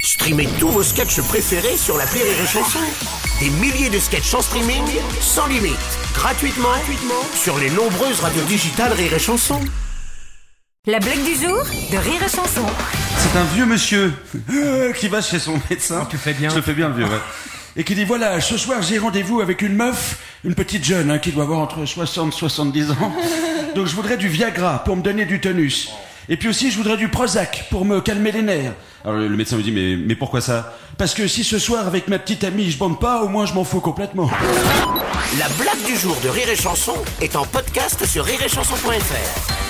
Streamez tous vos sketchs préférés sur la Rire et Chanson. Des milliers de sketchs en streaming, sans limite, gratuitement, gratuitement sur les nombreuses radios digitales Rire et Chanson. La blague du jour de Rire et Chanson. C'est un vieux monsieur euh, qui va chez son médecin. Tu fais bien. Je le fais bien le vieux, ouais. Et qui dit voilà, ce soir j'ai rendez-vous avec une meuf, une petite jeune hein, qui doit avoir entre 60 et 70 ans. Donc je voudrais du Viagra pour me donner du tonus. Et puis aussi je voudrais du Prozac pour me calmer les nerfs. Alors le le médecin me dit mais, mais pourquoi ça Parce que si ce soir avec ma petite amie je bande pas, au moins je m'en fous complètement. La blague du jour de Rire et Chanson est en podcast sur rireetchanson.fr.